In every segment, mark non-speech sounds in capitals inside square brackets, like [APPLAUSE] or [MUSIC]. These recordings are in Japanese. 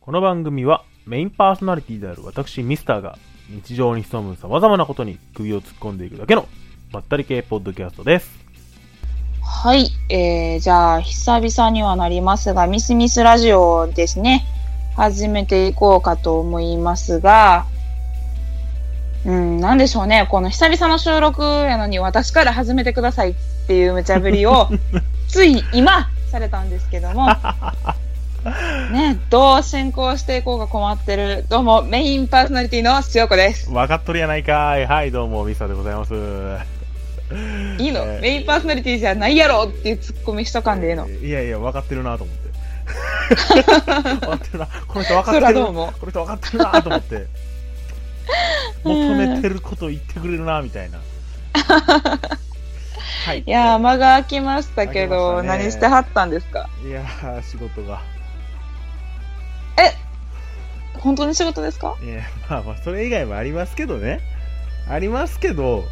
この番組はメインパーソナリティである私ミスターが日常に潜む様々なことに首を突っ込んでいくだけのまったり系ポッドキャストです。はい、えー、じゃあ久々にはなりますが、ミスミスラジオですね、始めていこうかと思いますが、うん、なんでしょうね、この久々の収録やのに私から始めてくださいっていう無茶ぶりを、つい今、されたんですけども、ね、どう進行していこうか困ってる、どうもメインパーソナリティの塩子です。わかっとるやないかい。はい、どうもミスターでございます。いいの、えーメインパーソナリティじゃないやろっていうツッコミしとかんでいいの。いやいや、わかってるなと思って。 [LAUGHS] わかってるな。この人わかっそてらる。どうこも。の人わかってるなと思って。求めてること言ってくれるなみた [LAUGHS] いな。はい。いやー、間が空きましたけど、空きましたね何してはったんですかいやー仕事が。本当に仕事ですかいやまあまあそれ以外もありますけどねありますけど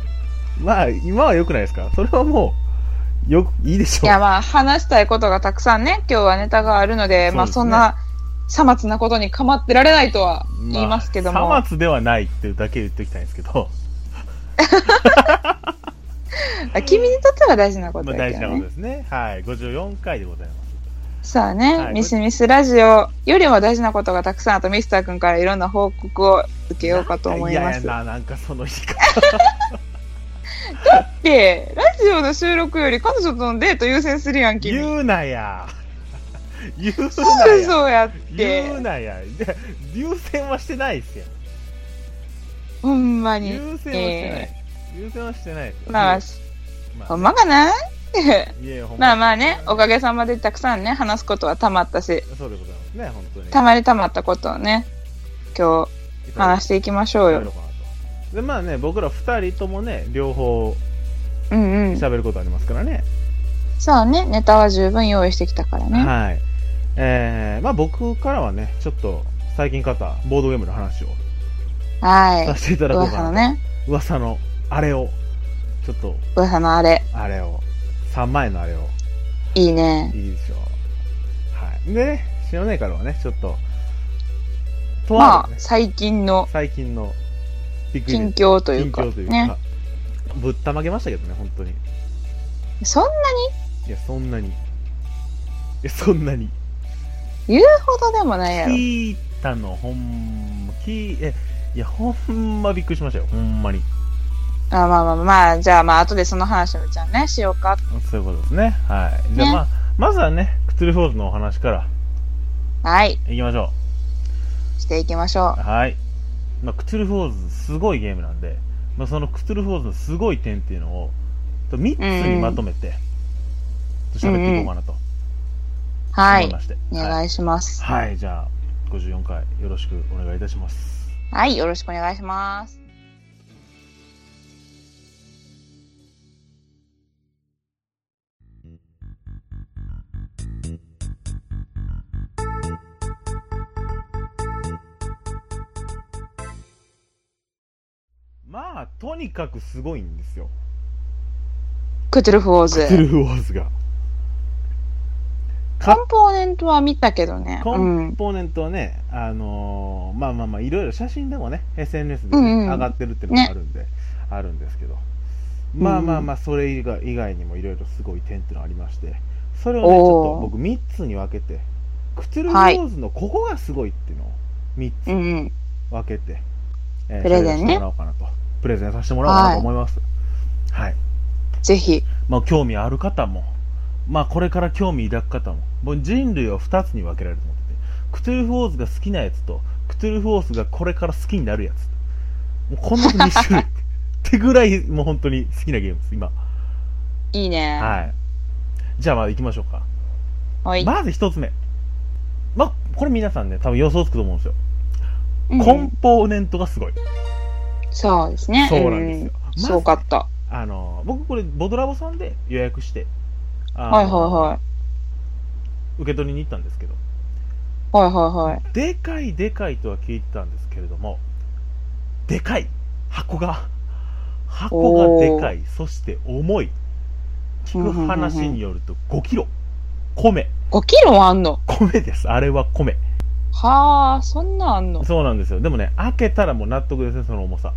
まあ今は良くないですかそれはもうよくいいでしいょや、うまあ、話したいことがたくさんね、今日はネタがあるので、まあ、そそうですねんな、さまつなことに構ってられないとは言いますけども。まあ、さまつではないっていうだけ言っておきたいんですけど、あ君にとっては大事なこまとあ、だ大け事どなね。ことですねはい54回でございますさあね、はいミスミスラジオよりも大事なことがたくさんあとミスター君からいろんな報告を受けようかと思います。いやいやななんかその言い [LAUGHS] 方で、ラジオの収録より彼女とのデート優先するやん、君。言うなや [LAUGHS] 言うそなうやそうやって。言うなやで優先はしてないっすよほんまに。優先はしてない、優先はしてないですよまあ、まあほんまかいなやいやほん [LAUGHS] ままあまあね、おかげさまでたくさんね、話すことはたまったし、そうでございますね本当にたまりたまったことをね、いっ今日ぱい話していきましょうやるよ。かなとでまあね僕ら2人ともね両方うんうん。喋ることありますからね、さあね、ネタは十分用意してきたからね。はいえー、まあ僕からはねちょっと最近買ったボードゲームの話をさはせていたい。だこうか噂なのね、噂のあれをちょっと噂のあれ、あれを3万円のあれをいいね。いいでしょうはいでね篠姉からはねちょっととあまある、ね、最近の最近のビッグイベ近ント況というか、近況というか、ね。ぶったまげましたけどね本当にそんないや、そんなに。いや、そんなに。言うほどでもないやろ。聞いたの、ほんま、聞い、え、いや、ほんまびっくりしましたよ、ほんまに。あまあまあまあ、じゃあまあ後でその話をじゃあね、しようか。そういうことですね。はい。じゃあ、ねまあ、まずはね、クトゥルフォーズのお話からはい、いきましょしていきましょう。はい。まあ、クトゥルフォーズ、すごいゲームなんで、まあ、そのクトゥルフォーズのすごい点っていうのを、3つにまとめて、ちょっと喋っていこうかなとう。は思いいま、して。おはい。願いします。はい、じゃあ、54回よろしくお願いいたします。はい、よろしくお願いします。まあ、とにかくすごいんですよ。クトゥルフ・ウォークトゥルズ。フ・ウォーズが。コンポーネントは見たけどね。コうンん。ポーネントはね、あのーまあまあまあ、いろいろ写真でもね、SNS で、ねうんうん上がってるっていうのもあるんで、あるんですけど。まあまあまあ、それ以外以外にもいろいろすごい点っていうのがありまして、それをね、ちおーょっと僕3つに分けて、クトゥルフ・ウォーズのここがすごいっていうのを3うつんうん。分けて、えープレゼン紹ね介してもらおうかなと。プレゼンさせてもらおうかなと思います。はいぜひ。まあ、興味ある方も、まあ、これから興味抱く方も、もう人類を2つに分けられると思ってて、クトゥルフ・ウォーズが好きなやつと、クトゥルフ・ウォーズがこれから好きになるやつ。もうこの2種類。 [LAUGHS] ってぐらい、もう本当に好きなゲームです、今。いいね。はい。じゃあ、まあ、行きましょうか。はい。まず1つ目。まあ、これ皆さんね、多分予想つくと思うんですよ。うんコンポーネントがすごい。そうですね。そうなんですよんまずすごかった。あの、僕これ、ボドラボさんで予約して、あのはいはいはい。受け取りに行ったんですけど、はいはいはい。でかいでかいとは聞いてたんですけれども、でかい箱が、箱がでかい、そして重い。聞く話によると5キロ。米。 5キロあんの米です。あれは米。はあ、そんなんあんの。はそうなんですよでもね開けたらもう納得ですねその重さ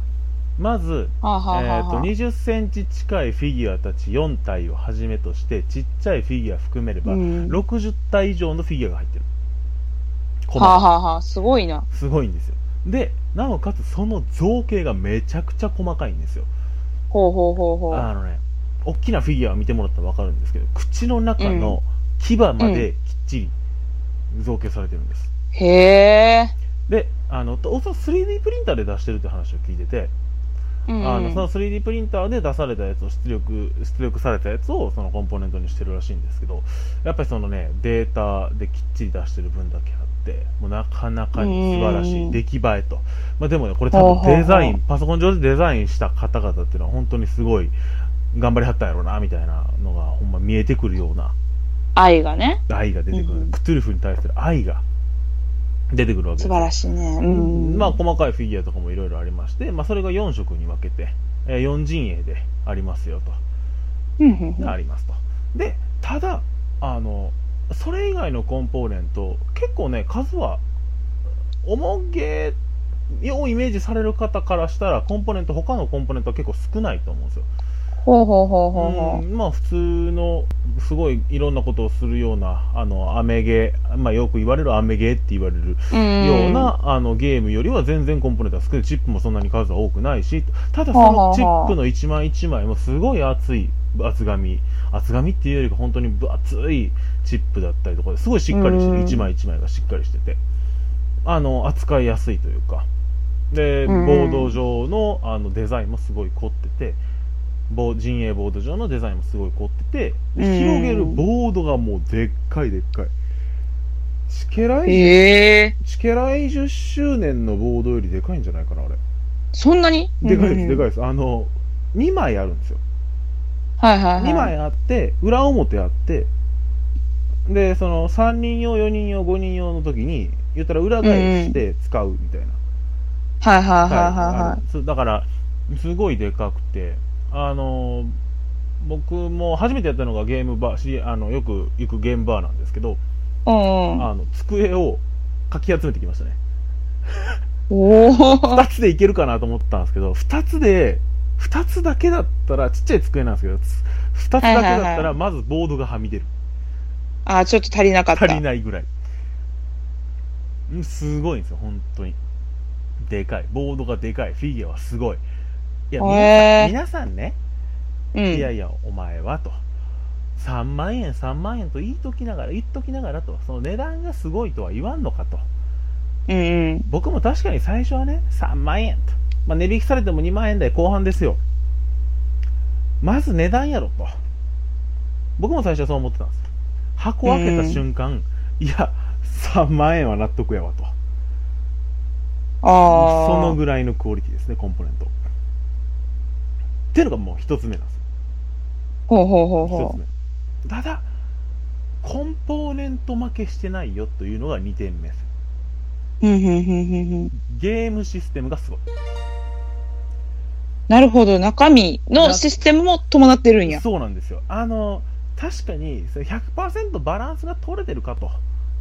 まずあ、はあはえあー、とはあ、 20センチ近いフィギュアたち4体をはじめとしてちっちゃいフィギュア含めれば、うん60体以上のフィギュアが入ってるコはあ、マはあはあ、すごいな。すごいんですよでなおかつその造形がめちゃくちゃ細かいんですよほうほうほうほう。あのね大きなフィギュアを見てもらったら分かるんですけど口の中の牙まできっちり造形されてるんです、へえ。であのおそらく 3D プリンターで出してるって話を聞いてて、うんあのその 3D プリンターで出されたやつを出力出力されたやつをそのコンポーネントにしてるらしいんですけどやっぱりそのねデータできっちり出してる分だけあってもうなかなかに素晴らしういん出来栄えと、まあ、でもねこれ多ほうほうほ分うデザインパソコン上でデザインした方々っていうのは本当にすごい頑張りはったんやろうなみたいなのがほんま見えてくるような愛がね。愛が出てくる、うんクトゥルフに対する愛が出てくるわけです素よ晴らしいね。うん。まあ、細かいフィギュアとかもいろいろありまして、まあ、それが4色に分けて、えー4陣営でありますよと、うんうんうんありますとでただあのそれ以外のコンポーネント結構ね数は重げをイメージされる方からしたらコンポーネント他のコンポーネントは結構少ないと思うんですよほうほうほうほうほうんまあ普通のすごいいろんなことをするようなあのアメゲー、まあ、よく言われるアメゲーって言われるう。うん。ような、あのゲームよりは全然コンポーネントが少ないチップもそんなに数は多くないしただそのチップの一枚一枚もすごい厚い厚紙厚紙っていうよりか本当に分厚いチップだったりとかですごいしっかりしてうんる一枚一枚がしっかりしててあの扱いやすいというかでボうんード上のあのデザインもすごい凝っててボー陣営ボード上のデザインもすごい凝っててうんで広げるボードがもうでっかいでっかいしけらいへえ。チケライ10周年のボードよりでかいんじゃないかな、あれ。そんなにでかいです、でかいい。です。あの、2枚あるんですよ。はいはいはい。 2枚あって、裏表あって、で、その3人用、4人用、5人用の時に、言ったら裏返して使うみたいな。はいはいははいいはあのそうだから、すごいでかくて、あの、僕も初めてやったのがゲームバー知り、あのよく行くゲームバーなんですけど、いはい。あの机をかき集めてきましたね。うん。おお。 2つでいけるかなと思ったんですけど2つで2つだけだったらちっちゃい机なんですけどつ2つだけだっはいたはいはらまずボードがはみ出るあ、ちょっと足りなかった。足りないぐらいうんすごいんですよ本当にでかいボードがでかいフィギュアはすごいいや皆さん,、へー皆さんねうん。いやいやお前はと3万円3万円と言いときながら言っときながらとその値段がすごいとは言わんのかとうんうん。僕も確かに最初はね3万円と、まあ、値引きされても2万円台後半ですよまず値段やろと僕も最初はそう思ってたんです箱開けた瞬間、いや3万円は納得やわとああ。そのぐらいのクオリティですねコンポーネントっていうのがもう一つ目なんですほうほうほう一ほつう。目ただコンポーネント負けしてないよというのが2点目ですうんうんうんうんうん。ゲームシステムがすごいなるほど。中身のなシステムも伴ってるんや。そうなんですよあの確かにそれ100%バランスが取れてるかと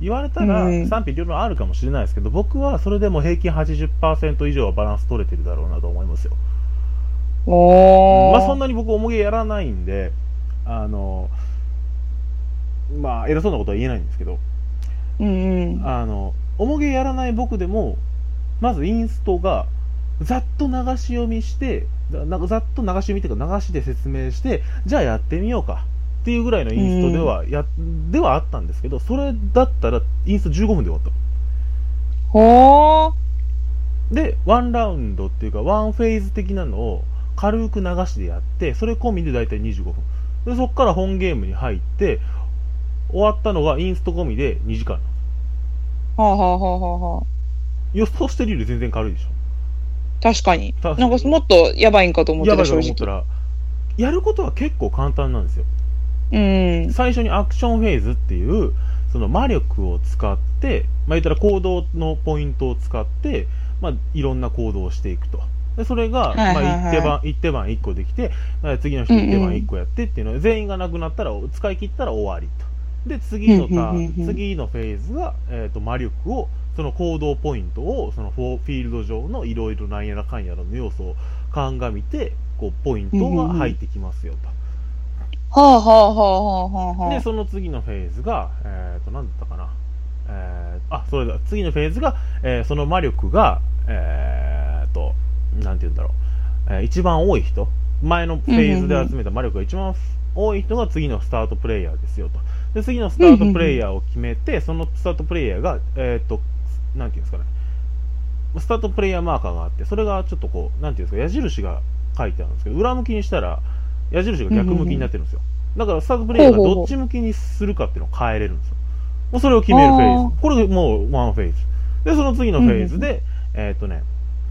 言われたらうん賛否両論あるかもしれないですけど、僕はそれでも平均80%以上はバランス取れてるだろうなと思いますよ、おお。まあ、そんなに僕重げやらないんであのまあ偉そうなことは言えないんですけどうんうん。あの重げやらない僕でもまずインストがざっと流し読みしてざなんかざっと流し読みというか流しで説明してじゃあやってみようかっていうぐらいのインストではや、ではあったんですけどそれだったらインスト15分で終わったほー。でワンラウンドっていうかワンフェーズ的なのを軽く流しでやってそれ込みで大体25分でそこから本ゲームに入って終わったのがインスト込みで2時間ほうほうほうほうほ予想してるより全然軽いでしょう。確かに。たなんかもっとやばいんかと思ってやばた、いと正思った直。らやることは結構簡単なんですようん。最初にアクションフェーズっていうその魔力を使って、まあ、言ったら行動のポイントを使って、まあ、いろんな行動をしていくとでそれが、はいはいはいまあ、一手番一手番1個できてまあ次の人うんうん一手番1個やってっていうので、全員がなくなったら使い切ったら終わりとで次のタうんうんーうんうンん次のフェーズが、えー、と魔力をその行動ポイントをそのフォーフィールド上のいろいろなんやらかんやらの要素を鑑みてこうポイントが入ってきますよと、はあはあはあはあはあはでその次のフェーズがえっ、と何だったかなえーあそれだ次のフェーズが、えーその魔力がえっ、となんて言うんだろう、えー一番多い人前のフェーズで集めた魔力が一番多い人が次のスタートプレイヤーですよとで次のスタートプレイヤーを決めて、そのスタートプレイヤーがえっ、となんていうんですかねスタートプレイヤーマーカーがあってそれがちょっとこうなんていうんですか矢印が書いてあるんですけど裏向きにしたら矢印が逆向きになってるんですよ、だからスタートプレイヤーがほうほうほどうっち向きにするかっていうのを変えれるんですよもうそれを決めるフェあーズこれもうワンフェーズでその次のフェーズで、えーっ、とね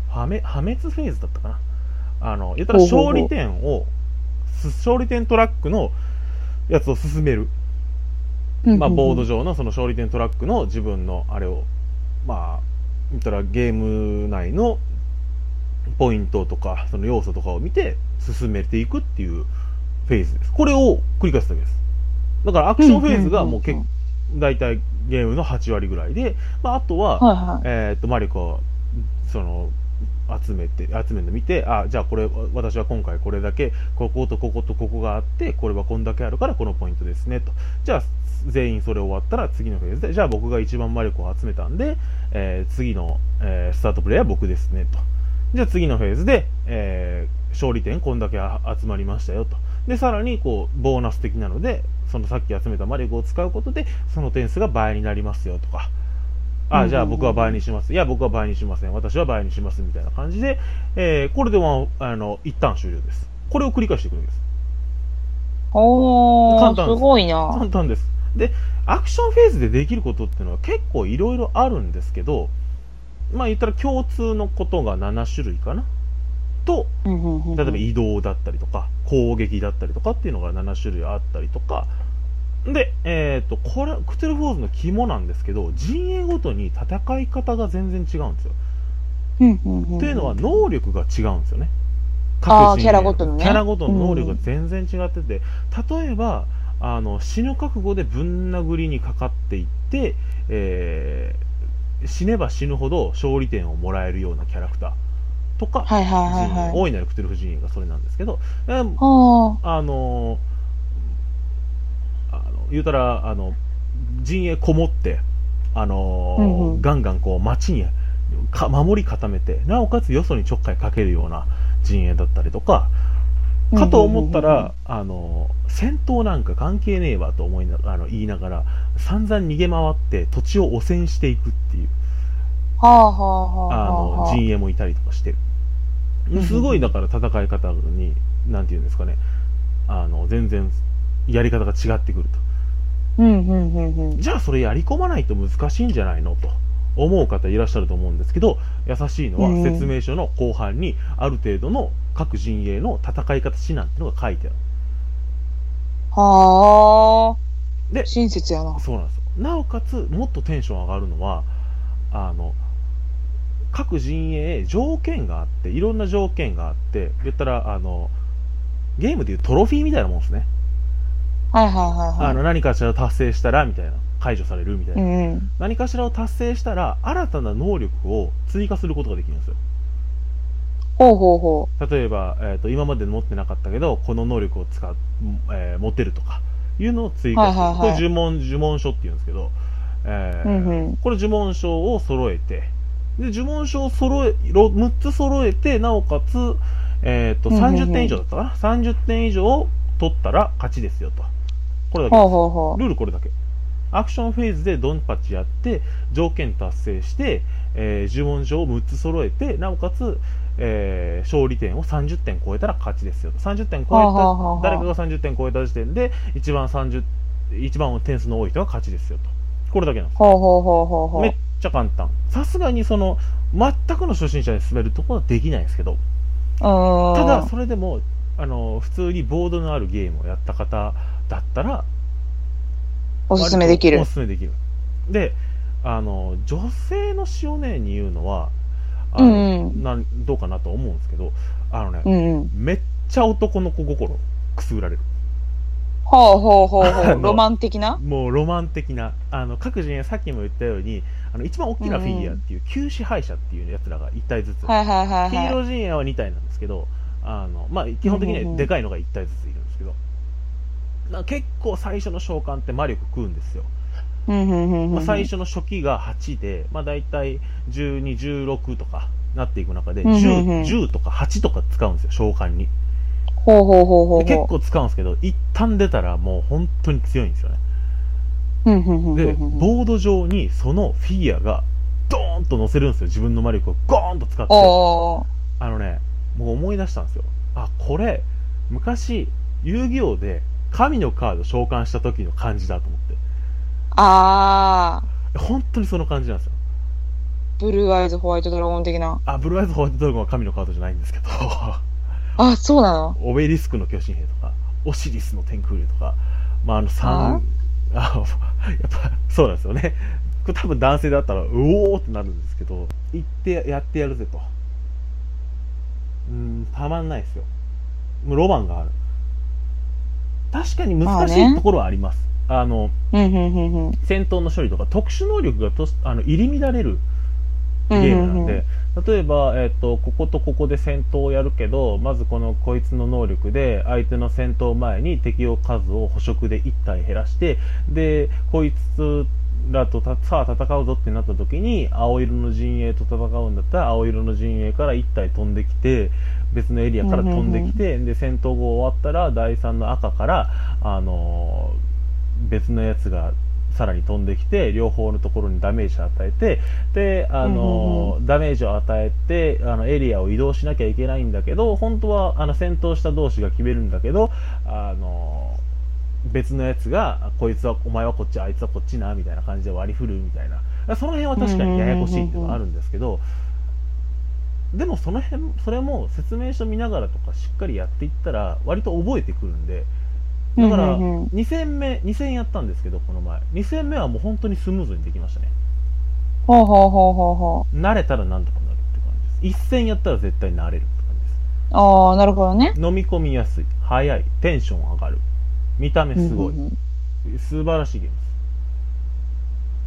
破滅破滅フェーズだったかなあの言ったらほうほうほう勝利点をす勝利点トラックのやつを進めるあまあ、ボード上上のその勝利点トラックの自分のあれを、まあ、言ったらゲーム内のポイントとかその要素とかを見て進めていくっていうフェーズです。これを繰り返すだけです。だからアクションフェーズがもう結大体ゲームの8割ぐらいで、まあ、あとは、はいはいえー、とマリコはその集めて集めるの見てあじゃあこれ私は今回これだけこことこことここがあってこれはこんだけあるからこのポイントですねとじゃあ全員それ終わったら次のフェーズでじゃあ僕が一番魔力を集めたんで、えー次の、えースタートプレイヤーは僕ですねとじゃあ次のフェーズで、えー勝利点こんだけ集まりましたよとでさらにこうボーナス的なのでそのさっき集めた魔力を使うことでその点数が倍になりますよとかうんうんうあんじゃあ僕は倍にしますいや僕は倍にしません私は倍にしますみたいな感じで、えーこれではあの一旦終了ですこれを繰り返していくんですお簡ー単すごいな簡単ですでアクションフェーズでできることっていうのは結構いろいろあるんですけどまあ言ったら共通のことが7種類かなと例え例えば移動だったりとか攻撃だったりとかっていうのが7種類あったりとかで、えー、とこれクトゥルフォーズの肝なんですけど陣営ごとに戦い方が全然違うんですよっというのは能力が違うんですよね。あー各陣営キャラごとのねキャラごとの能力が全然違ってて、例えばあの死ぬ覚悟でぶん殴りにかかっていって、えー死ねば死ぬほど勝利点をもらえるようなキャラクターとか、はい陣はい営はいはい大いなるクトゥルフ陣営がそれなんですけど、えーはあのーあの言うたらあの陣営こもって、あのーうんうんガンガンこう町にか守り固めてなおかつよそにちょっかいかけるような陣営だったりとかあかと思ったら、うんあのー戦闘なんか関係ねえわと思いなあの言いながら散々逃げ回って土地を汚染していくっていうはあはあはああはあのはあ陣営もいたりとかしてうんすごいだから戦い方になんていうんですかねあの全然やり方が違ってくるとうんうんうんうんじゃあそれやり込まないと難しいんじゃないのと思う方いらっしゃると思うんですけど優しいのうんは説明書の後半にある程度の各陣営の戦い方指南っていうのが書いてあるはあで親切やなそうなんですよなおかつもっとテンション上がるのはあの各陣営条件があっていろんな条件があって言ったらあのゲームでいうトロフィーみたいなもんですね、はいはいはいはいあの何かしら達成したらみたいな解除されるみたいな、うんうん何かしらを達成したら新たな能力を追加することができるんですよほうほうほ例えば、えー、と今まで持ってなかったけどこの能力を使っ、えー持てるとかいうのを追加する、はいはいはいこれ呪文呪文書っていうんですけど、えーううんうんこれ呪文書を揃えてで呪文書を揃えろ6つ揃えてなおかつ、えー、とうんうんうん30点以上だったかな、30点以上を取ったら勝ちですよとこれだけほうほうほうルールこれだけアクションフェーズでドンパチやって条件達成して、えー呪文書を6つ揃えてなおかつ、えー勝利点を30点超えたら勝ちですよと30点超えはあはあはあはあた誰かが30点超えた時点で一番30一番点数の多い人が勝ちですよとこれだけなんですほうほうほうほうほめっうちゃ簡単さすがにその全くの初心者に進めるところはできないんですけどうんただそれでもあの普通にボードのあるゲームをやった方だったらおすすめできるおすすめできるであの女性の塩姉に言うのはあうのんうんなんどうかなと思うんですけどあのね、うんうんめっちゃ男の子心くすぐられるはあはあはあはほうほうほうほあう。のロマン的なもうロマン的なあの各陣営さっきも言ったようにあの一番大きなフィギュアっていう旧支配者っていうやつらが1体ずつ、はいはいはい黄はい。色陣営は2体なんですけどあの、まあ、基本的にはでかいのが1体ずついるんですけど、まあ結構最初の召喚って魔力食うんですよ、うんうんうんうんまあ、最初の初期が8で、まあ、大体1216とかなっていく中でうんうんうん 10, 10とか8とか使うんですよ召喚にほうほうほうほうで結ほ構使うんですけど一旦出たらもう本当に強いんですよねう。うんうんうんうんうで、んボード上にそのフィギュアがドーンと乗せるんですよ。自分の魔力をゴーンと使って。おーあのね、もう思い出したんですよ。あ、これ、昔、遊戯王で神のカード召喚した時の感じだと思って。あ本当にその感じなんですよ。ー、ブルーアイズホワイトドラゴン的な。あ、ブルーアイズ・ホワイトドラゴンは神のカードじゃないんですけど、あ、そうなのオベリスクの巨神兵とか、オシリスの天空竜とか、まあ、あの3、あ [LAUGHS] やっぱそうなんですよね。これ多分男性だったら、うおーってなるんですけど、行ってやってやるぜと。うーん、たまんないですよ。もうロマンがある。確かに難しまあねいところはあります。あの、うんうんうんうん。戦闘の処理とか特殊能力がとあの入り乱れるうゲんーうムんなうんんで、例えば、えっとこことここで戦闘をやるけどまずこのこいつの能力で相手の戦闘前に敵を数を捕食で1体減らしてでこいつらとたさあ戦うぞってなった時に青色の陣営と戦うんだったら青色の陣営から1体飛んできて別のエリアから飛んできて、で戦闘後終わったら第3の赤から、あのー別のやつがさらに飛んできて両方のところにダメージを与えてであの、ダメージを与えてあのエリアを移動しなきゃいけないんだけど本当はあの戦闘した同士が決めるんだけどあの別のやつがこいつはお前はこっちあいつはこっちなみたいな感じで割り振るみたいなその辺は確かにややこしいっていうのはあるんですけどでもその辺それも説明書見ながらとかしっかりやっていったら割と覚えてくるんでだからうんうんうん2戦目2戦やったんですけどこの前2戦目はもう本当にスムーズにできましたねほうほうほうほうほ慣れたらなんとかなるって感じです一戦やったら絶対慣れるって感じでう。あー、なるほどね。す飲み込みやすい早いテンション上がる見た目すごい、うんうんうん素晴らしいゲーム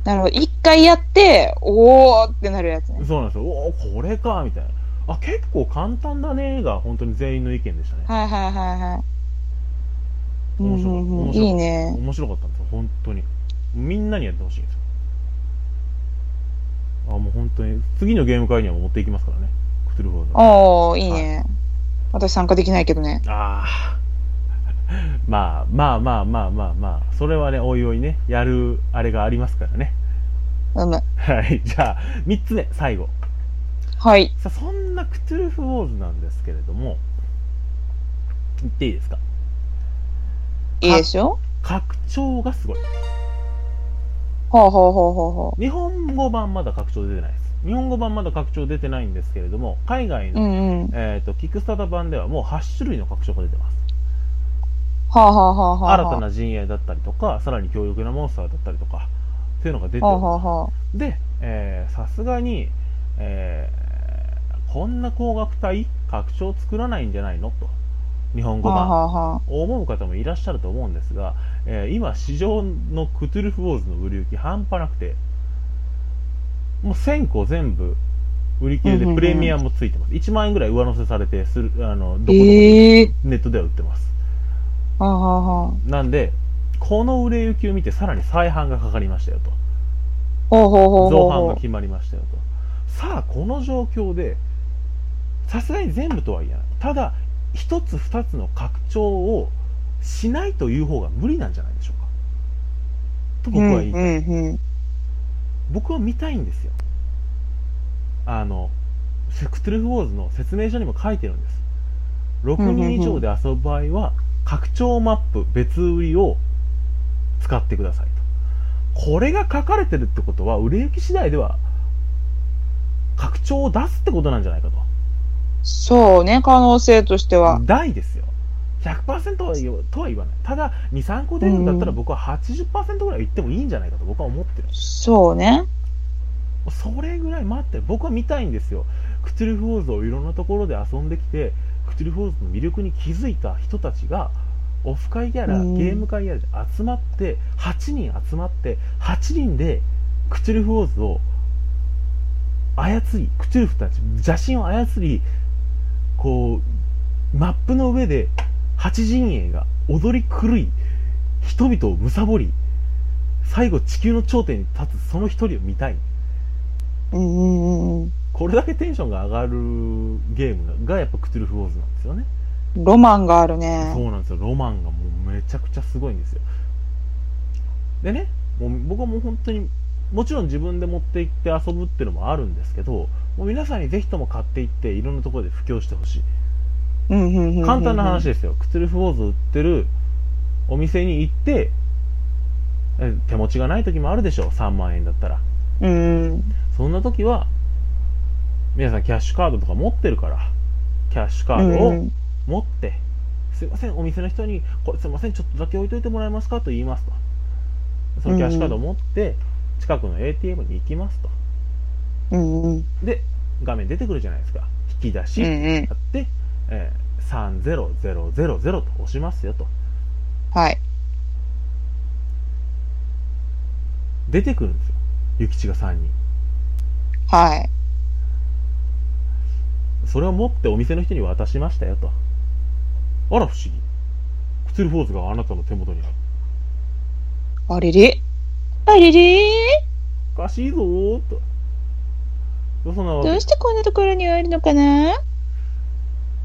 なるほど。一回やって、おーってなるやつねです。そうなんですよおおこれかみたいなあ結構簡単だねが本当に全員の意見でしたねはいはいはいはい。面白いうんうんうん面白いいいね。面白かったんですよ本当にみんなにやってほしいんですよあもう本当に次のゲーム会にはもう持っていきますからねクトゥルフォードおー、いいね。私参加できないけどね。ああ [LAUGHS] まあまあまあまあまあまあそれはねおいおいねやるあれがありますからね [LAUGHS] うむ。はいじゃあ3つ目最後はい。さあそんなクトゥルフ・ウォーズなんですけれども言っていいですかいいでしょ拡張がすごいほうほうほうほうほ日本語版まだ拡張出てないです日本語版まだ拡張出てないんですけれども海外う。うの、んうん。えっとキックスターター版ではもう8種類の拡張が出てますはあはあはあはあ。新たな陣営だったりとかさらに強力なモンスターだったりとかっていうのが出てるはあはあはあ。でえーさすがに、えーこんな高額帯拡張作らないんじゃないのと日本語はあ版はあは思う方もいらっしゃると思うんですが、えー今市場のクトゥルフ・ウォーズの売り行き半端なくてもう1000個全部売り切れうんうんうでんプレミアもついてます1万円ぐらい上乗せされてするあのどこどあ。こネええー。ットでは売ってますはあはあはあ。なんでこの売れ行きを見てさらに再販がかかりましたよとほうほうほうほ造う反がほう。決まりましたよとさあこの状況でさすがに全部とは言えないただ一つ二つの拡張をしないという方が無理なんじゃないでしょうかと僕は言いたい、うんうんうん。僕は見たいんですよあのセクトゥルフ・ウォーズの説明書にも書いてるんです6人以上で遊ぶ場合は拡張マップ別売りを使ってくださいとこれが書かれてるってことは売れ行き次第では拡張を出すってことなんじゃないかとそうね、可能性としては。大ですよ100%は言うとは言わないただ23個出るんだったら僕は80%ぐらいいってもいいんじゃないかと僕は思ってるそうね。それぐらい待って僕は見たいんですよクトゥルフ・ウォーズをいろんなところで遊んできてクトゥルフ・ウォーズの魅力に気づいた人たちがオフ会やらうんゲーム会やらで集まって8人集まって8人でクチュルフ・ウォーズを操りクチュルフたち邪神を操りこうマップの上で8陣営が踊り狂い人々を貪り最後地球の頂点に立つその一人を見たいうんうんうん。これだけテンションが上がるゲームがやっぱクトゥルフ・ウォーズなんですよね、ロマンがあるね。そうなんですよロマンがもうめちゃくちゃすごいんですよでねもう僕はもう本当にもちろん自分で持って行って遊ぶっていうのもあるんですけどもう皆さんにぜひとも買っていっていろんなところで布教してほしいうんうんうんうんうん。簡単な話ですよ、クトゥルフ・ウォーズ売ってるお店に行ってえ手持ちがない時もあるでしょ3万円だったらうん。そんな時は皆さんキャッシュカードとか持ってるからキャッシュカードうをん持って、すいませんお店の人にこれすいませんちょっとだけ置いといてもらえますかと言いますとそのキャッシュカードを持って近くの ATM に行きますとうんうん。で画面出てくるじゃないですか引き出しうやっんうん。て、えー30000と押しますよとはい。出てくるんですよ諭吉が3人はい。それを持ってお店の人に渡しましたよとあら不思議クツルフォーズがあなたの手元にあるあれれあれれおかしいぞーとそんなわけどうしてこんなところにあるのかな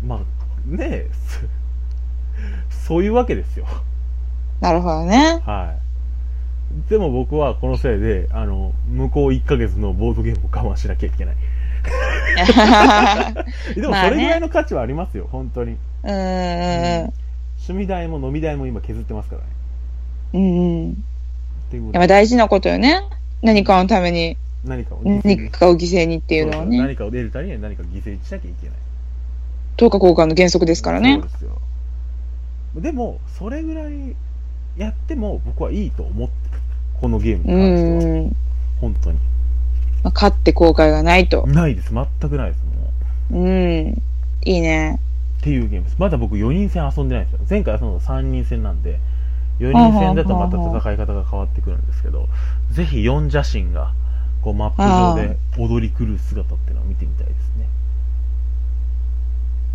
まあねえ [LAUGHS] そそういうわけですよなるほどね。 [LAUGHS] はいでも僕はこのせいであの向こう1ヶ月のボードゲームを我慢しなきゃいけないでもまあそねれぐらいの価値はありますよ、本当にうーん。趣味代も飲み代も今削ってますからねうんうん。っていうことやっぱ大事なことよね。何かのために、何かを何かを犠牲にっていうのはそうそうね。何かを得るためには何かを犠牲にしなきゃいけない等価交換の原則ですからねそう。ですよでもそれぐらいやっても僕はいいと思ってるこのゲームにう関してはーん。本当にまあ、勝って後悔がないと。ないです全くないですもううん。いいね。っていうゲームですまだ僕4人戦遊んでないんですよ前回遊んだの3人戦なんで4人戦だとまた戦い方が変わってくるんですけどぜひ4邪神がこうマップ上で踊り狂う姿っていうのを見てみたいですね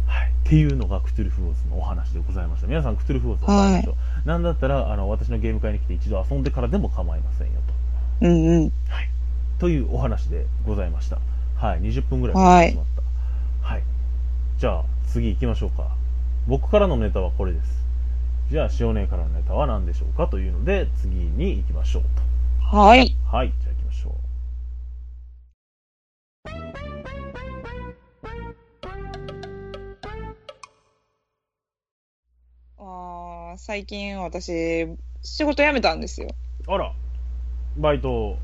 はいっていうのがクトゥルフ・ウォーズのお話でございました皆さんクトゥルフ・ウォーズお話でしょ、なんだったらあの私のゲーム会に来て一度遊んでからでも構いませんよとうんうん。というお話でございましたはい20分ぐらい経ってしまったはい、じゃあ次行きましょうか僕からのネタはこれですじゃあ塩姉からのネタは何でしょうかというので次に行きましょうはい。とはいじゃあ行きましょうあー最近私、仕事辞めたんですよ。あらバイトを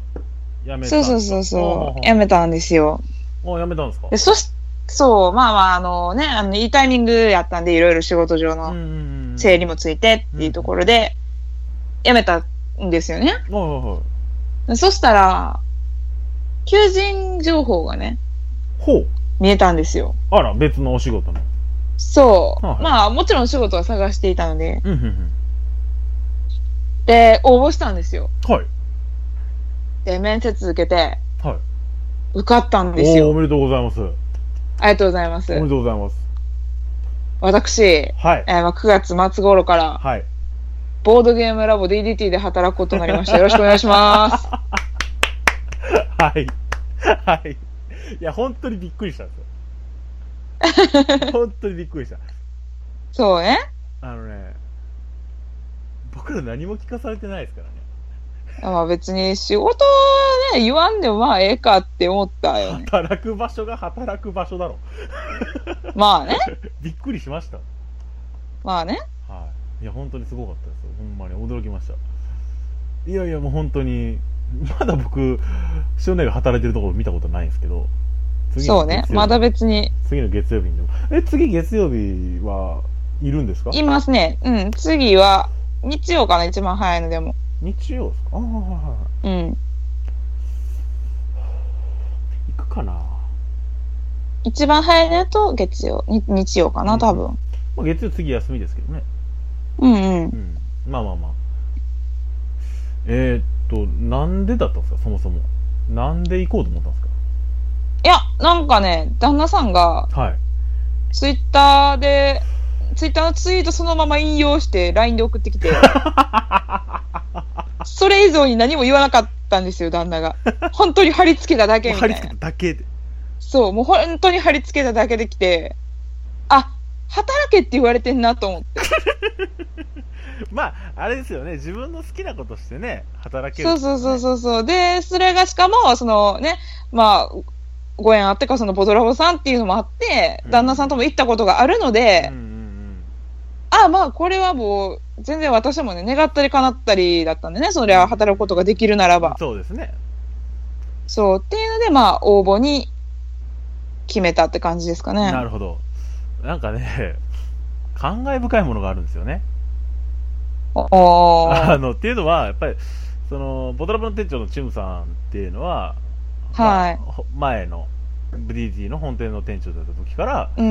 辞めたそうそうそうそう。辞めたんですよ。たあ辞めたんですかでそし、そう、まあまあ、あのね、あの、いいタイミングやったんで、いろいろ仕事上うんのうんうん整理もついてっていうところで、辞めたんですよね。はいはいはいそしたら、求人情報がね、ほう見えたんですよ。あら別のお仕事のそう。はいまあ、もちろん仕事は探していたので、うんうんうんで、応募したんですよ。はいで、面接受けて、はい受かったんですおおおよ。めでとうございますおありがとうございますめ。でとうございます私、えはいーまあ9月末頃から、はいボードゲームラボ DDT で働くことになりました。よろしくお願いします。 [LAUGHS] はい。はい。いや、本当にびっくりしたんです [LAUGHS] よ。本当にびっくりした。そうね。あのね、僕ら何も聞かされてないですからね。まあ別に仕事はね、言わんでもまあええかって思ったよね。働く場所が働く場所だろ。 [LAUGHS] まあね。びっくりしました。まあね。はい。いや、本当にすごかったですよ。ほんまに驚きました。いやいや、もう本当に、まだ僕、塩根が働いてるところ見たことないんですけど、そうね。まだだ別に、次の月曜日にでも。え、次月曜日はいるんですか言いますね。うん。次は、日曜かな、一番早いのでも。日曜ですかああ、はいはいはい。うん。行くかな、ま一番早いのだと月曜、に日曜かな、多分。あ、月曜次休みですけどねうんうんう。ん、まあまあまあえーっとなんでだったんですかそもそもなんで行こうと思ったんですいや、なんかね、旦那さんが、かはいツイッターで、ツイッターのツイートそのまま引用して、LINE で送っ [LAUGHS] てきて、それ以上に何も言わなかったんですよ、旦那が。本当に貼り付けただけもうみた貼り付いな。けただけでそう、もう本当に貼り付けただけで来て、あ、働けって言われてんなと思って。まああれですよね自分の好きなことしてね働ける、そね、うそうそううそうそう。で、それがしかも、そのね、まあ、ご縁あってか、そのボトラボさんっていうのもあってう、ん旦那さんとも行ったことがあるのでん、うんあ、まあ、これはもう、全然私もね、願ったり叶ったりだったんでね、そりゃ働くことができるならうんば。そうですねそう、っていうので、まあ、応募に決めたって感じですかね。なるほどなんかね [LAUGHS] 感慨深いものがあるんですよねおあ [LAUGHS] ー。のっていうのはやっぱりそのボトラボの店長のチムさんっていうのは、はいまあほ前のブディティの本店の店長だった時から、うー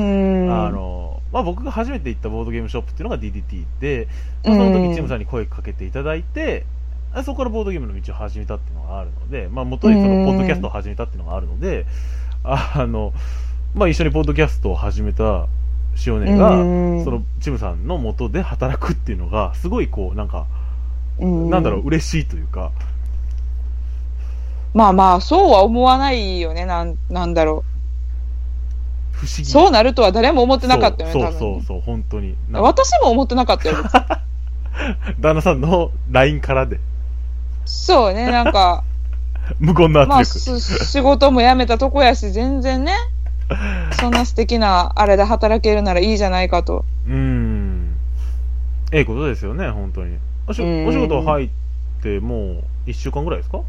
ん。あのまあ、僕が初めて行ったボードゲームショップっていうのが DDT で、まあ、そのうん時チムさんに声かけていただいて、あそこからボードゲームの道を始めたっていうのがあるので、まあ、元にそうんのポッドキャストを始めたっていうのがあるので、あのまあ、一緒にポッドキャストを始めた塩年が、うんそのチムさんの元で働くっていうのがすごいこうなんか、うんなんだろう嬉しいというか、まあまあ、そうは思わないよね、なんなんだろ不思議う。そうなるとは誰も思ってなかったよね、そう多そうそ分。うそう本当になんか私も思ってな [LAUGHS] かったよ、別に旦那さんの LINE からで [LAUGHS] そうね、なんか、無言の圧力、まあ、す仕事も辞めたとこやし、全然 [LAUGHS] ね、そんな素敵なあれで働けるならいいじゃないかと。うーん。ええことですよね、本当に。おしうーんお仕事入ってもう1週間ぐらいですか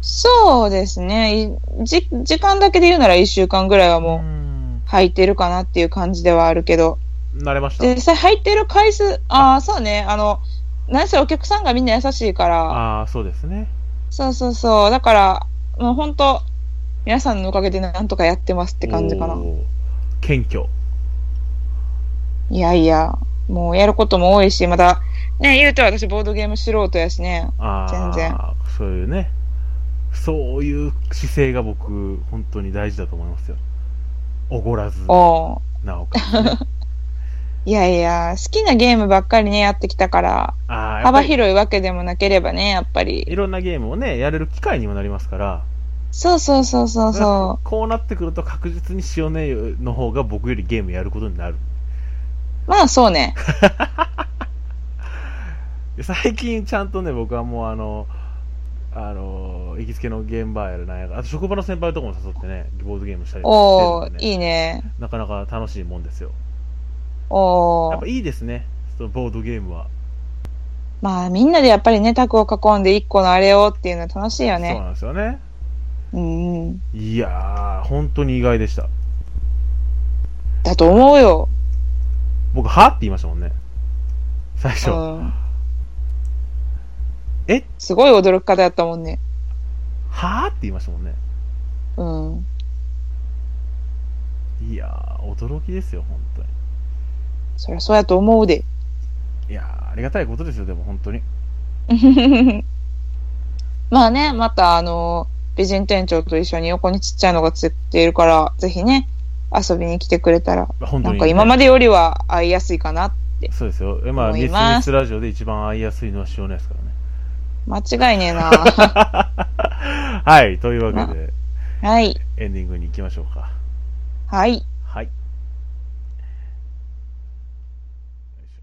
そうですね、いじ時間だけで言うなら1週間ぐらいはうーもんう。入ってるかなっていう感じではあるけど、慣れました。実際入ってる回数、ああ、そうね、あの、何せお客さんがみんな優しいから、ああ、そうですね。そうそうそう。だから、もう本当皆さんのおかげでなんとかやってますって感じかな。おー。謙虚。いやいや、もうやることも多いし、また、ね、言うと私ボードゲーム素人やしね。ああ、全然そういうね。そういう姿勢が僕、本当に大事だと思いますよ。おごらず、おうなおかつ [LAUGHS] ね、いやいや、好きなゲームばっかりね、やってきたから、ああ、やっぱ幅り広いわけでもなければね、やっぱり。いろんなゲームをね、やれる機会にもなりますから、そうそうそうそうそこうなってくると確実に塩姉の方が僕よりゲームやることになる。う。まあそう [LAUGHS] ね。最近ちゃんとね僕はもうあのあの行きつけの現場やらなんやらあと職場の先輩とかも誘ってねボードゲームしたりとかおしてるんーで、ねいいね。なかなか楽しいもんですよおやっぱー。いいですねそのボードゲームは、まあみんなでやっぱりね、卓を囲んで一個のあれをっていうのは楽しいよそうね。なんですよねうんうん。いやー本当に意外でしただと思うよ。僕はって言いましたもんね最初、うん。えすごい驚き方やったもんね。はって言いましたもんねうん。いやー驚きですよ本当にそりゃそうやと思うで。 [LAUGHS] いやーありがたいことですよでも本当にまあね、またあの、美人店長と一緒に横にちっちゃいのがついているから、ぜひね、遊びに来てくれたら、本当なに、んか今までよりは会いやすいかな。そうですよえまあ思ミいスまミすスラジオで一番会いやすいのは塩のやつからね [LAUGHS] 間違いねえな。はい、というわけで、はい。エンディングに行きましょうか。はい。はい。よいしょ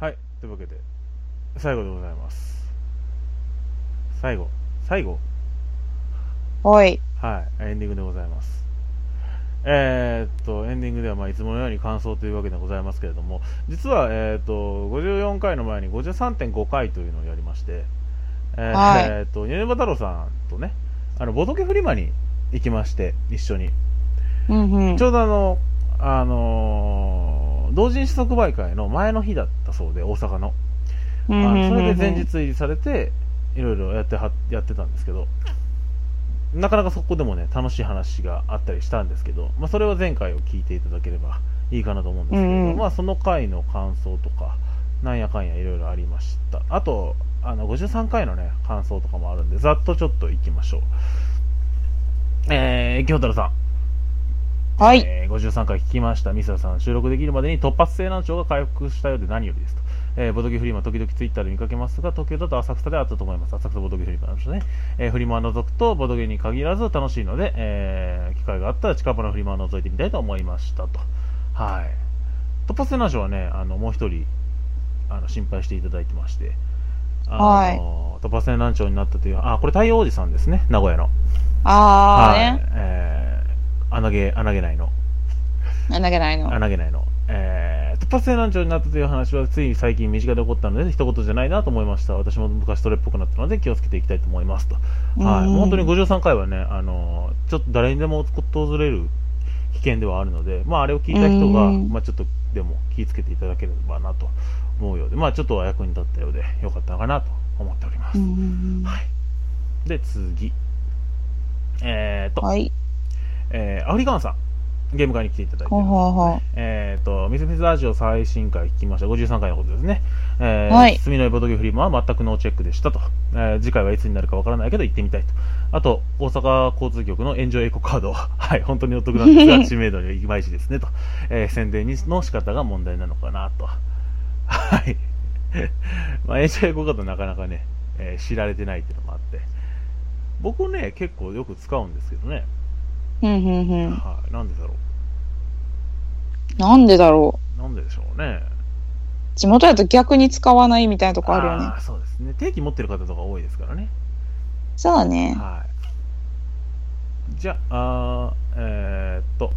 はい、というわけで、最後でございます。最後、最後おい。はい、エンディングでございます。えーっと、エンディングでは、まあ、いつものように感想というわけでございますけれども、実は、えーっと、54回の前に53.5回というのをやりまして、えーはいえーっと、ニネバ太郎さんとね、あの、ボトケフリマに行きまして、一緒に。うんうんち。ょうどあの、あのー同人誌即売会の前の日だったそうで、大阪の。あうんうんのうそんうれんで前日入りされていろいろやってはやってたんですけどなかなかそこでもね、楽しい話があったりしたんですけど、まあ、それは前回を聞いていただければいいかなと思うんですけれど、うんうんまあ、その回の感想とか、なんやかんやいろいろありました。あと、あの、53回のね、感想とかもあるんで、ざっとちょっと行きましょう。えー、京太郎さん。はい。えー53回聞きました、ミサさん、収録できるまでに突発性難聴が回復したようで何よりですと、えーボドゲフリマ、時々ツイッターで見かけますが、東京だと浅草であったと思います、浅草ボドゲフリマなんですね、えーフリマを除くと、ボドゲに限らず楽しいので、えー機会があったら近場のフリマを覗いてみたいと思いましたと、はい、突発性難聴はね、あのもう一人あの心配していただいてまして、あの突発性難聴になったという、あこれ、太陽王子さんですね、名古屋の。あはーいね。えー、穴毛、穴毛内の、投げないの。穴毛内の、えー、突発性難聴になったという話は、つい最近身近で起こったので、一言じゃないなと思いました。私も昔それっぽくなったので、気をつけていきたいと思いますと。はい。うんもう本当に53回はね、あのーちょっと誰にでも訪れる危険ではあるので、まあ、あれを聞いた人が、うんまあ、ちょっとでも気をつけていただければなと思うようで、まあ、ちょっとは役に立ったようで、よかったのかなと思っております。うんうんはい。で、次。えーうとん、はい。えーアフリカンさん、ゲーム会に来ていただいてほうます、ほうほう。えっ、と、ミスミスラジオ最新回聞きました。53回のことですね。えー、はい住のボトゲフリマは全くノーチェックでしたと。えー次回はいつになるかわからないけど行ってみたいと。あと、大阪交通局の炎上エコカード。はい、 [LAUGHS] 本当にお得なんです [LAUGHS] が、知名度にはいまいちですねと。えー宣伝の仕方が問題なのかなと。はい。 [LAUGHS] まあ、炎上エコカードなかなかね、えー知られてないっていうのもあって。僕ね、結構よく使うんですけどね。うんうんうん。はい、なんでだろう。なんでだろなんででしょうね。う。地元だと逆に使わないみたいなとこあるよね。ーそうですね。定期持ってる方とか多いですからね。そうだね。はい。じゃあ、あーえーっと、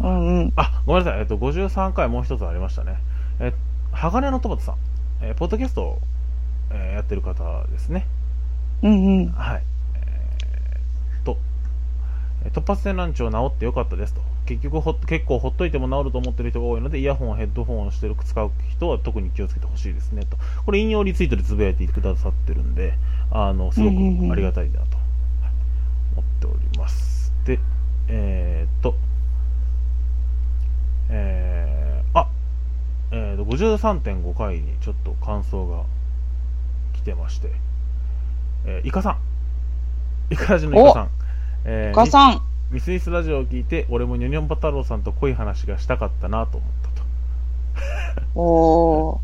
うんうん。あ、ごめんなさい。えっと、53回もう一つありましたね。え鋼のトマトさん。えーポッドキャストを、えーやってる方ですね。うんうん。はい。えーっと、えー突発性難聴治ってよかったですと。結局ほっ、結構ほっといても治ると思ってる人が多いので、イヤホン、ヘッドホンをしてる使う人は特に気をつけてほしいですねと。これ、引用リツイートでつぶやいてくださってるんで、あの、すごくありがたいなとはい思っております。で、えーっと、えー、あえー、と53.5回にちょっと感想が来てまして、えーイカさん。イカラジのイカさん。えーお母さん。ミスミスラジオを聞いて、俺もニョニョンパ太郎さんと濃い話がしたかったなと思ったと。お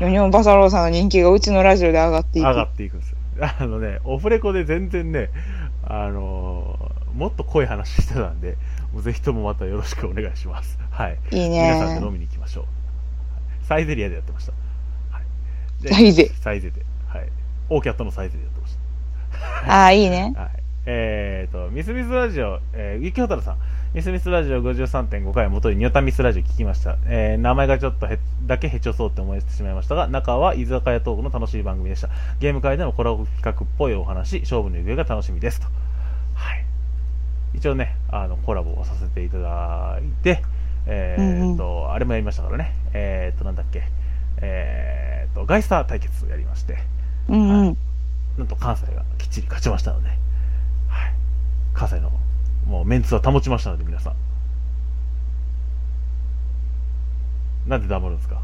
ー。ヨニョンバサローさんの人気がうちのラジオで上がっていく。上がっていくんですよ。あのね、オフレコで全然ね、あのーもっと濃い話してたんで、もうぜひともまたよろしくお願いします。はい。いい皆さんねで。飲みに行きましょう。サイゼリアでやってました。はい、でサイゼサイゼで。はい。オーキャットのサイゼでやってました。ああ、いいね。はい、えーと、ミスミスラジオ、えー、ゆきほたるさん、ミスミスラジオ53.5回元にニョタミスラジオ聞きました。えー名前がちょっとへだけへちょそうって思ってしまいましたが、中は居酒屋トークの楽しい番組でした。ゲーム会でのコラボ企画っぽいお話、勝負の行方が楽しみですと。はい。一応ね、あの、コラボをさせていただいて、えーと、あれもやりましたからね、えーと、なんだっけ、えーと、ガイスター対決やりまして、うんうん。なんと関西がきっちり勝ちましたので、はい、関西のもうメンツは保ちましたので、皆さん。なんで黙るんですか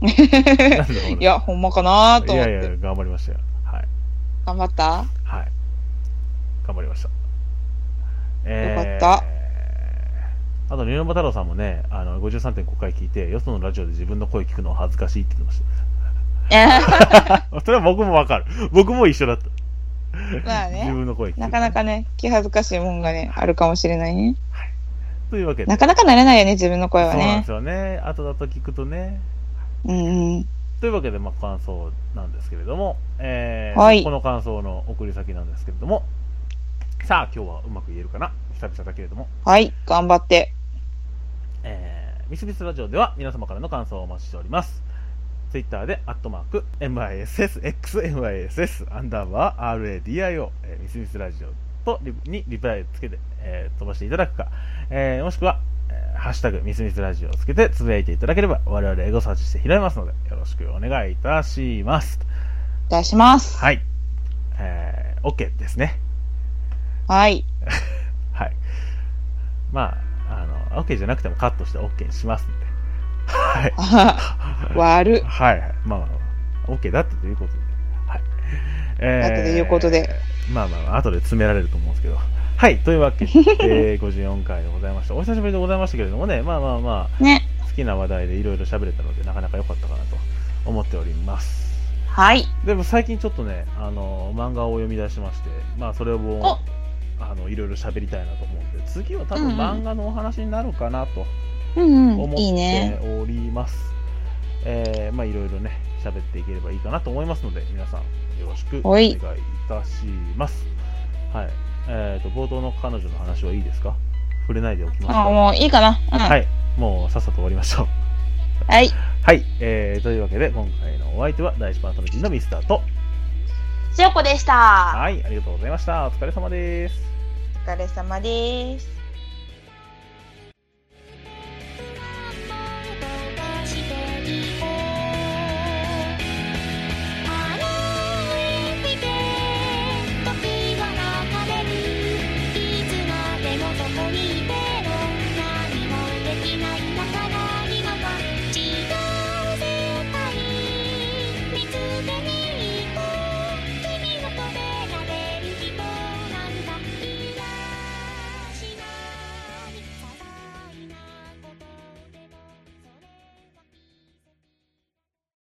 なんで黙るんいですや、ほんまかなーかとい思っやいやて。、頑張りましたよ。はい。頑張ったはい。頑張りました。よかったあと、ニューノバ太郎さんもね、あの、53.5回聞いて、よそのラジオで自分の声聞くのは恥ずかしいって言ってました。それは僕もわかる。僕も一緒だった。まあ自ね。分の声聞くなかなかね、気恥ずかしいもんがね、あるかもしれないね。というわけでな。かなかなれないよね、自分の声はそうなんでねす。よね。後だと聞くとね。うんうん。というわけで、まあ、感想なんですけれども、えーはいこの感想の送り先なんですけれども、さあ、今日はうまく言えるかな、久々だけれども、はい、頑張って。えー、ミスミスラジオでは皆様からの感想をお待ちしております。ツイッターで、アットマーク、MISSXMISS、アンダーバー、RADIO、えーミスミスラジオとリにリプライをつけて、えー飛ばしていただくか、えーもしくは、えーハッシュタグ、ミスミスラジオをつけてつぶやいていただければ、我々エゴサーチして拾いますので、よろしくお願いいたします。出します。はい。えー、OK ですね。 [LAUGHS] はい。はい。まあ、あの、OK じゃなくてもカットして OK にしますんで。はい。あは悪っはいはい。まあまあまあ、OK だったということで。はい。えだったということで。まあまあまあ、後で詰められると思うんですけど。はい。というわ [LAUGHS] けで、えー54回でございました。お久しぶりでございましたけれどもね、まあまあまあ、ね。好きな話題でいろいろ喋れたので、なかなか良かったかなと思っております。はい。でも最近ちょっとね、あの、漫画を読み出しまして、まあそれをお、あの、いろいろ喋りたいなと思うんで、次は多う分んうん漫画のお話になるかなとうんう思ん。っいいね。ております。えーまあいろいろね、喋っていければいいかなと思いますので、皆さんよろしくおは願いいいたします。はい。えっ、と、冒頭の彼女の話はいいですか触れないでおきますかあ、もういいかな。うんはい。もうさっさと終わりましょう。はい。はい。えーというわけで、今回のお相手は、第一パートナー陣のミスターと、しよこでした。はい、ありがとうございました。お疲れ様です。お疲れ様です。